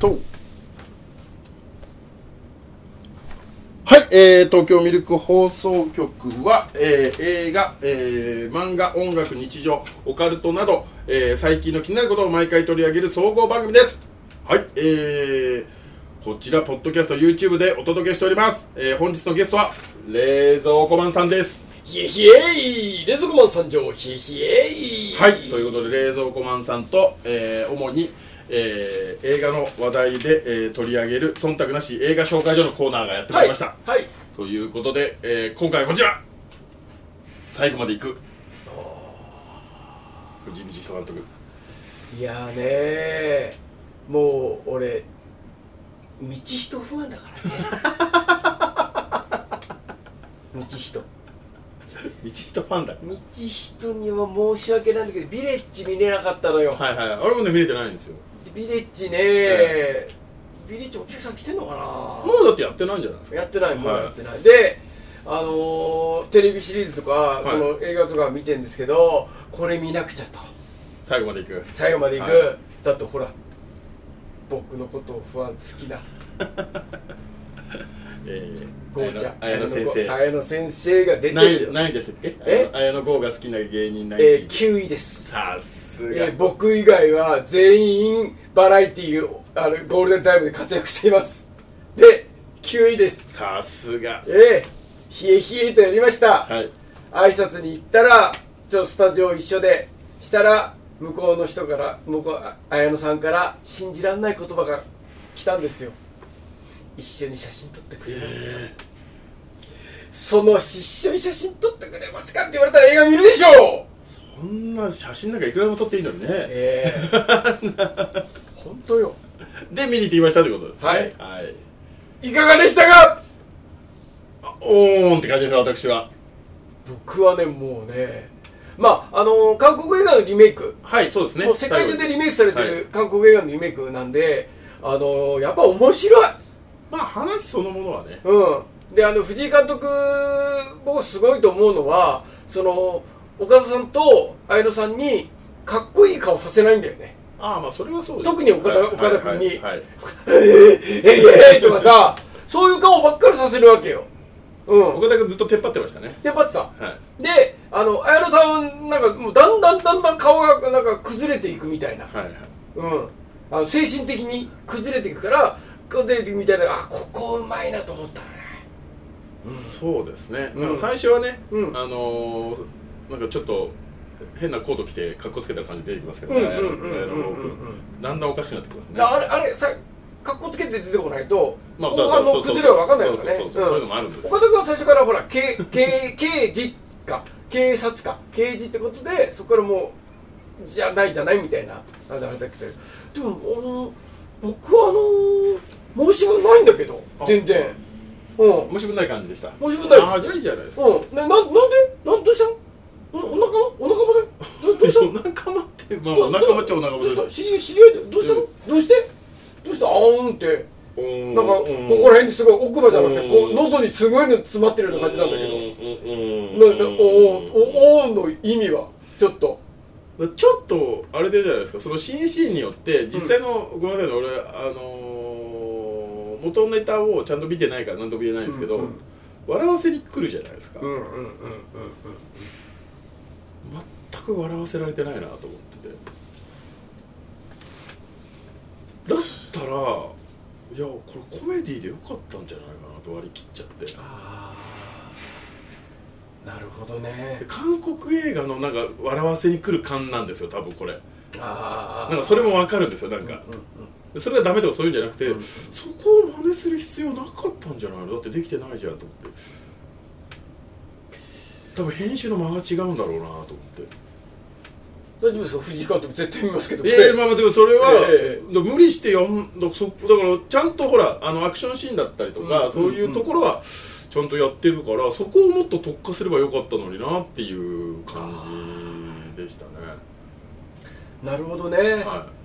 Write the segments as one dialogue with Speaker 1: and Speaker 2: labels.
Speaker 1: と。はい、えー、東京ミルク放送局は、えー映画、えー漫画、音楽、日常、オカルトなど、えー最近の気になることを毎回取り上げる総合番組です。はい、えー、こちら、ポッドキャスト、YouTube でお届けしております。えー本日のゲストは、冷蔵庫マンさんです。
Speaker 2: ひえひえい冷蔵庫マン参上ひえひえい
Speaker 1: はい、ということで冷蔵庫マンさんと、えー主に、えー映画の話題で、えー取り上げる忖度なし映画紹介所のコーナーがやってまいりました、
Speaker 2: はい、はい、
Speaker 1: ということで、えー今回はこちら最後までいく藤井道久監督
Speaker 2: いやーねーもう俺道人不安だからね 道人
Speaker 1: 道人ファンだ
Speaker 2: 道人には申し訳ないんだけどビレッジ見れなかったのよ、
Speaker 1: はいはい俺もね見れてないんですよ
Speaker 2: ビレッジねー、
Speaker 1: え
Speaker 2: ビレッジお客さん来てんのかな
Speaker 1: もうだってやってないんじゃないですか
Speaker 2: やってないもう
Speaker 1: はい
Speaker 2: やってない、であのーテレビシリーズとか、
Speaker 1: い
Speaker 2: この映画とか見てるんですけどこれ見なくちゃと
Speaker 1: 最後までいく
Speaker 2: 最後まで行く、
Speaker 1: は
Speaker 2: だってほら僕のことを不安好きな
Speaker 1: え
Speaker 2: ゴーちゃん
Speaker 1: ー、綾野先生
Speaker 2: 綾野先生が出て
Speaker 1: 何
Speaker 2: る
Speaker 1: 位
Speaker 2: よ、
Speaker 1: 何位でしたっけ
Speaker 2: え
Speaker 1: 綾野剛が好きな芸人何位
Speaker 2: えー、9位です、
Speaker 1: さすが、
Speaker 2: えー僕以外は全員バラエティーあのゴールデンタイムで活躍していますで9位です
Speaker 1: さすが
Speaker 2: えー、冷え冷えとやりました、
Speaker 1: はい
Speaker 2: 挨拶に行ったらちょっとスタジオ一緒でしたら向こうの人から向こうあ綾野さんから信じらんない言葉が来たんですよ一緒に写真撮ってくれますかその一緒に写真撮ってくれますかって言われたら映画見るでしょう
Speaker 1: こんな写真なんかいくらでも撮っていいのにね
Speaker 2: ええ本当よ
Speaker 1: で見に行ってきましたということですね
Speaker 2: はい
Speaker 1: はい、
Speaker 2: いかがでしたか
Speaker 1: あおーんって感じですよ私は
Speaker 2: 僕はねもうねまああの韓国映画のリメイク
Speaker 1: はいそうですね
Speaker 2: もう世界中でリメイクされて
Speaker 1: はい
Speaker 2: る韓国映画のリメイクなんで、あのーやっぱ面白い、
Speaker 1: まあ話そのものはね
Speaker 2: うん、であの藤井監督僕すごいと思うのはその岡田さんと綾野さんにかっこいい顔させないんだよね
Speaker 1: ああまあそれはそうです
Speaker 2: 特に岡田
Speaker 1: はい
Speaker 2: 岡田君に
Speaker 1: はいはいはい
Speaker 2: 「え ー、えー、えー、とかさそういう顔ばっかりさせるわけようん
Speaker 1: 岡田君ずっとテンパってましたね
Speaker 2: でパッツさ
Speaker 1: はい
Speaker 2: であの綾野さんなんかもうだんだんだんだん顔がなんか崩れていくみたいな
Speaker 1: はいはい
Speaker 2: うん、あの精神的に崩れていくから崩れていくみたいなあここうまいなと思ったね
Speaker 1: そうですね、
Speaker 2: うん
Speaker 1: なんか最初はね、
Speaker 2: うん
Speaker 1: あのー、なんかちょっと変なコート着てかっこつけてる感じで出てきますけ
Speaker 2: う
Speaker 1: ど
Speaker 2: んう
Speaker 1: ね、
Speaker 2: んうんうん
Speaker 1: 綾野剛
Speaker 2: うん
Speaker 1: 君だんだんおかしくなってきます
Speaker 2: うん
Speaker 1: ね
Speaker 2: だあれあれさ格好つけて出てこないと、
Speaker 1: まあ
Speaker 2: 後半の崩れは分かんないからね
Speaker 1: そううそうそうそうそういうの
Speaker 2: ん
Speaker 1: もあるんですよ
Speaker 2: 岡田君は最初からほら刑刑刑事か警察か刑事ってことでそこからもうじゃないじゃないみたいなあれだけどでもあの僕はあの申し分ないんだけど
Speaker 1: あ
Speaker 2: 全然うん
Speaker 1: 面白くない感じでした
Speaker 2: 面白くないです
Speaker 1: ああじゃあいいじゃないですか
Speaker 2: うん、な、な、なんで、なん、どうしたん。お、お仲間、お仲間で、ど、どうしたん。
Speaker 1: お仲間ってまあ
Speaker 2: ど
Speaker 1: お仲間っちゃお仲間
Speaker 2: ど
Speaker 1: で
Speaker 2: う
Speaker 1: す
Speaker 2: した、知り合い、知り合いで、どうしたの、どうして。どうした、あーんって、
Speaker 1: な
Speaker 2: なんか、ここら辺にすごい奥歯じゃなくて、こ
Speaker 1: う
Speaker 2: う、
Speaker 1: ん
Speaker 2: 喉にすごいの詰まってるような感じなんだけど。な、な、おー、
Speaker 1: ど
Speaker 2: おー、おーの意味は、ちょっと。
Speaker 1: ちょっとあれでじゃないですかその新シーンによって実際の、ごめんなさいね俺あのー、元ネタをちゃんと見てないから何とも言えないんですけど、
Speaker 2: うんうん
Speaker 1: 笑わせに来るじゃないですか、
Speaker 2: うん、うん、うん、うん、うん。
Speaker 1: 全く笑わせられてないなと思っててだったらいやこれコメディでよかったんじゃないかなと割り切っちゃって
Speaker 2: ああ。なるほどね。
Speaker 1: 韓国映画のなんか笑わせに来る感なんですよ多分これ
Speaker 2: あ
Speaker 1: なんかそれもわかるんですよなんか、それがダメとかそういうんじゃなくて、
Speaker 2: うん
Speaker 1: そこを真似する必要なかったんじゃないのだってできてないじゃんと思って多分編集の間が違うんだろうなと思って
Speaker 2: 大丈夫ですよ、藤井監督、絶対見ますけど。
Speaker 1: ええまあまあでもそれは、
Speaker 2: え
Speaker 1: 無理して読んだそだからちゃんとほらあのアクションシーンだったりとか、
Speaker 2: うん
Speaker 1: そういうところはちゃんとやってるからそこをもっと特化すればよかったのになっていう感じでしたね
Speaker 2: なるほどね。
Speaker 1: はい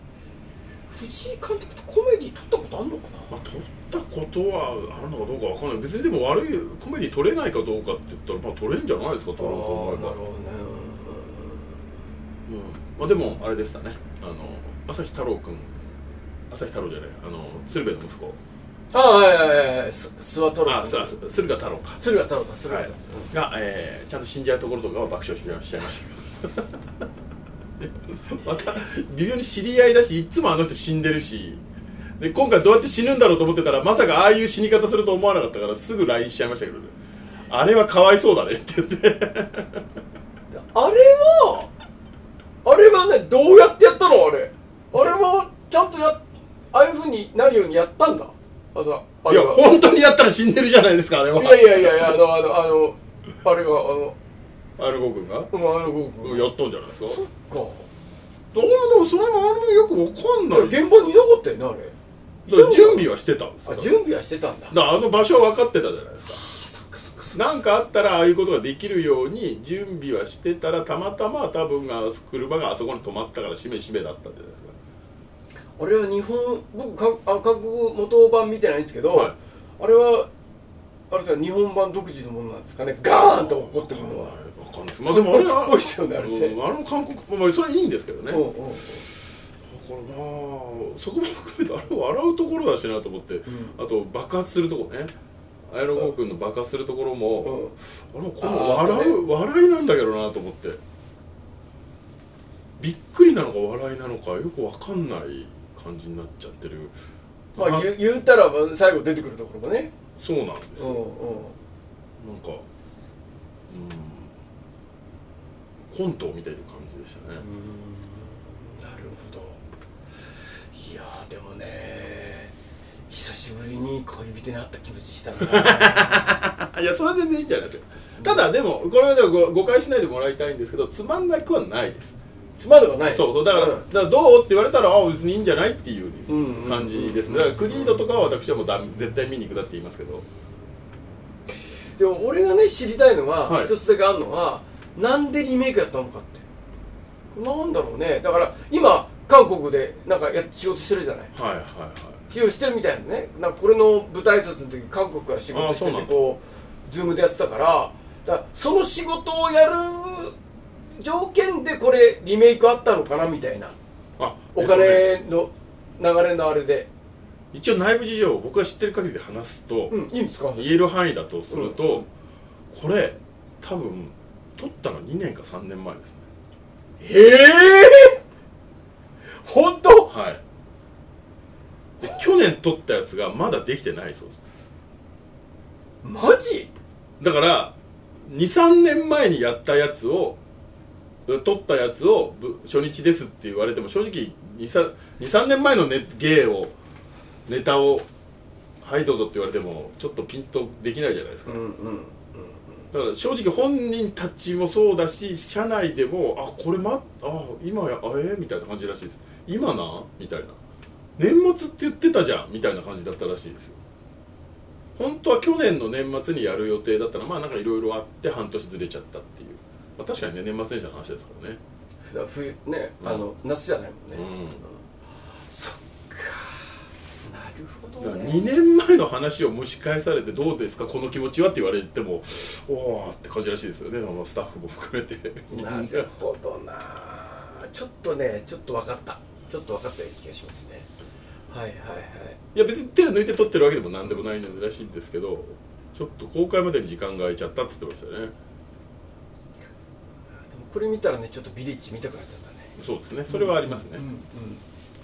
Speaker 2: 藤井監督とコメディ撮ったことあんのかな
Speaker 1: まあ、撮ったことはあるのかどうかわかんない別にでも悪いコメディ撮れないかどうかって言ったらまあ撮れんじゃないですか撮ろうと思えば、
Speaker 2: どね
Speaker 1: うんまあ、でもあれでしたねあの朝日太郎くん朝日太郎じゃないあの鶴瓶の息子
Speaker 2: ああはいはいはいす諏訪太郎
Speaker 1: あすあす駿河太郎か
Speaker 2: 駿河太郎だ駿
Speaker 1: は
Speaker 2: 河
Speaker 1: い
Speaker 2: 太郎、
Speaker 1: が、えーちゃんと死んじゃうところとかは爆笑しちゃいました また微妙に知り合いだしいっつもあの人死んでるしで今回どうやって死ぬんだろうと思ってたらまさかああいう死に方すると思わなかったからすぐ LINE しちゃいましたけどねあれはかわいそうだねって言って
Speaker 2: あれはあれはねどうやってやったのあれあれはちゃんとやっああいうふうになるようにやったんだあさあ
Speaker 1: い
Speaker 2: れ
Speaker 1: や
Speaker 2: は
Speaker 1: 本当にやったら死んでるじゃないですかあれはい
Speaker 2: やいやいやいやあのあのあのあれがあの
Speaker 1: アルゴ君が
Speaker 2: うんあの僕
Speaker 1: やったんじゃないですか
Speaker 2: そっか
Speaker 1: どうでもそれもあんまりよくわかん
Speaker 2: だ
Speaker 1: な
Speaker 2: から
Speaker 1: い
Speaker 2: 現場にいなかったよねあれ
Speaker 1: だから準備はしてたんですよ
Speaker 2: あ準備はしてたんだ
Speaker 1: だからあの場所は分かってたじゃないですか
Speaker 2: そっかそっかそっか
Speaker 1: なんかあったらああいうことができるように準備はしてたらたまたま多分あ車があそこに止まったからしめしめだったんじゃないですか
Speaker 2: あれは日本僕かあの韓国語元版見てないんですけど、
Speaker 1: はい
Speaker 2: あれはあれさ日本版独自のものなんですかねガーンと怒ってくるのは
Speaker 1: 分かんないですまあでもあれは
Speaker 2: 韓国っぽいですよねあれね
Speaker 1: うんあの韓国っぽいまあそれはいいんですけどねだ
Speaker 2: う
Speaker 1: からま
Speaker 2: んう
Speaker 1: あ
Speaker 2: ん
Speaker 1: そこも含めてあれ笑うところだしなと思って、あと爆発するとこね綾野剛君の爆発するところも、
Speaker 2: うん
Speaker 1: あのこの
Speaker 2: あー
Speaker 1: 笑う笑いなんだけどなと思ってびっくりなのか笑いなのかよくわかんない感じになっちゃってる
Speaker 2: まあ
Speaker 1: な
Speaker 2: 言う言うたらまあ最後出てくるところもね
Speaker 1: そうなんです
Speaker 2: う
Speaker 1: よ、
Speaker 2: んう
Speaker 1: な
Speaker 2: ん
Speaker 1: んかうんコントを見ている感じでしたね、
Speaker 2: なるほどいやーでもね久しぶりに恋人に会った気持ちしたな
Speaker 1: あいやそれは全然いいんじゃないですかただでもこれはでもご誤解しないでもらいたいんですけどつまんなくはないです
Speaker 2: つまんなくはない
Speaker 1: そうそうだから,、
Speaker 2: ん
Speaker 1: だからどうって言われたらあ別にいいんじゃないっていう
Speaker 2: うんうん
Speaker 1: 感じですねだからクリードとかは私はもうだ絶対見に行くだって言いますけど
Speaker 2: でも俺がね知りたいのは、
Speaker 1: はい
Speaker 2: 一つだけあるのはなんでリメイクやったのかってなんだろうねだから今韓国でなんかや仕事してるじゃない
Speaker 1: はいはいはい
Speaker 2: 仕事してるみたいなねなんかこれの舞台挨拶の時韓国から仕事し
Speaker 1: あ
Speaker 2: て
Speaker 1: そうな
Speaker 2: て
Speaker 1: んだ
Speaker 2: こうズームでやってたからだからその仕事をやる条件でこれリメイクあったのかなみたいな
Speaker 1: あ
Speaker 2: お
Speaker 1: えっとね
Speaker 2: 金の流れのあれで、
Speaker 1: 一応内部事情を僕が知ってる限りで話すと、
Speaker 2: うんいいんですか
Speaker 1: 言える範囲だとすると、これ多分取ったの2年か3年前ですね
Speaker 2: ええ本当
Speaker 1: はいで去年取ったやつがまだできてないそうです
Speaker 2: マジ
Speaker 1: だから23年前にやったやつを取ったやつをぶ初日ですって言われても正直23年前の、ね、芸をネタを「はいどうぞ」って言われてもちょっとピンとできないじゃないですか、
Speaker 2: うんうん
Speaker 1: だから正直本人たちもそうだし社内でもあこれまあ今やあえみたいな感じらしいです今なみたいな年末って言ってたじゃんみたいな感じだったらしいですよ本当は去年の年末にやる予定だったらまあなんかいろいろあって半年ずれちゃったっていう、まあ、確かにね年末年始の話ですからね
Speaker 2: ふだ冬ね、
Speaker 1: うん
Speaker 2: あの夏じゃないもん
Speaker 1: うん
Speaker 2: ね、そっかなるほ
Speaker 1: だか
Speaker 2: ど
Speaker 1: ら
Speaker 2: ね
Speaker 1: 2年前の話を蒸し返されてどうですかこの気持ちはって言われてもおおって感じらしいですよねあのスタッフも含めてみんな
Speaker 2: なるほどなちょっとねちょっと分かったちょっと分かったような気がしますねはいはいはい
Speaker 1: いや別に手を抜いて撮ってるわけでも何でもないのらしいんですけどちょっと公開までに時間が空いちゃったって言ってましたね
Speaker 2: でもこれ見たらねちょっとビリッジ見たくなっちゃったね
Speaker 1: そうですねそれはありますね、
Speaker 2: うんうん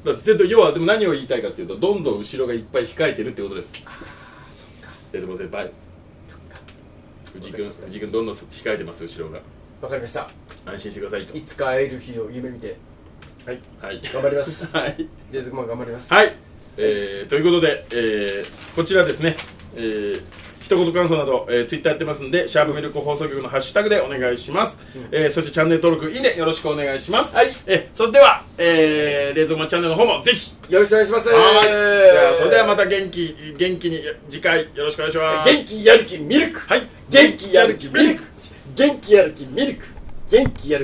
Speaker 1: だから全部要はでも何を言いたいかっていうとどんどん後ろがいっぱい控えてるってことです
Speaker 2: あそっか
Speaker 1: 江戸先輩
Speaker 2: そっか
Speaker 1: 藤井君藤井君どんどん控えてます後ろが
Speaker 2: 分かりました
Speaker 1: 安心してくださいと
Speaker 2: いつか会える日を夢見て
Speaker 1: はいはい
Speaker 2: 頑張り ます
Speaker 1: はい
Speaker 2: ジェイズクマン頑張ります
Speaker 1: はい、えーということで、えーこちらですね、えー一言感想など、えツイッター Twitter やってますんで、シャープミルク放送局のハッシュタグでお願いします。えーそしてチャンネル登録、いいね、よろしくお願いします。
Speaker 2: はい
Speaker 1: えーそれでは、えー、冷蔵庫のチャンネルの方もぜひ。
Speaker 2: よろしくお願いします
Speaker 1: はい。じゃあ、それではまた元気、元気に、次回よろしくお願いします。
Speaker 2: 元気やる気ミルク
Speaker 1: はい
Speaker 2: 元気やる気ミルク元気やる気ミルク元気やる気